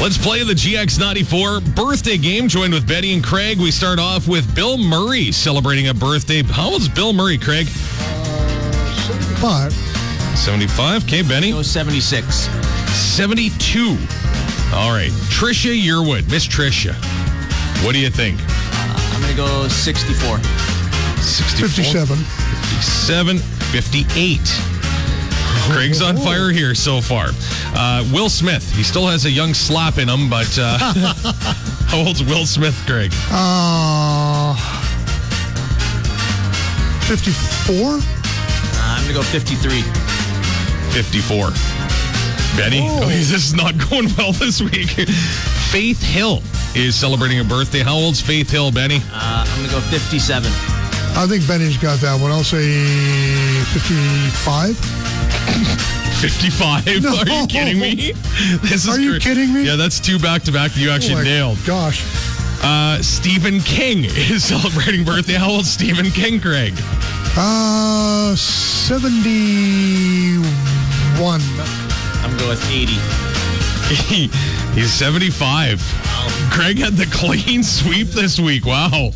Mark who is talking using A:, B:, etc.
A: Let's play the GX94 birthday game. Joined with Betty and Craig, we start off with Bill Murray celebrating a birthday. How old's Bill Murray, Craig?
B: But
A: 75. Okay, Benny?
C: No, 76.
A: 72. All right. Trisha Yearwood, Miss Trisha. What do you think?
C: I'm going to go Uh, 64.
A: 64? 57,
B: 57.
A: 58. Craig's on fire here so far. Uh, Will Smith, he still has a young slop in him, but uh, how old's Will Smith, Craig?
B: Uh, 54?
C: Uh, I'm going to go 53.
A: 54. Benny, oh, this is not going well this week. Faith Hill is celebrating a birthday. How old's Faith Hill, Benny?
C: Uh, I'm going to go 57.
B: I think Benny's got that one. I'll say 55.
A: 55.
B: No.
A: Are you kidding me? This is
B: Are you
A: great.
B: kidding me?
A: Yeah, that's two back to back that you actually
B: Oh my
A: nailed.
B: Gosh.
A: Uh, Stephen King is celebrating birthday. How old's Stephen King, Craig?
B: Uh, 71.
C: I'm going to go with 80.
A: He, he's 75. Craig had the clean sweep this week. Wow.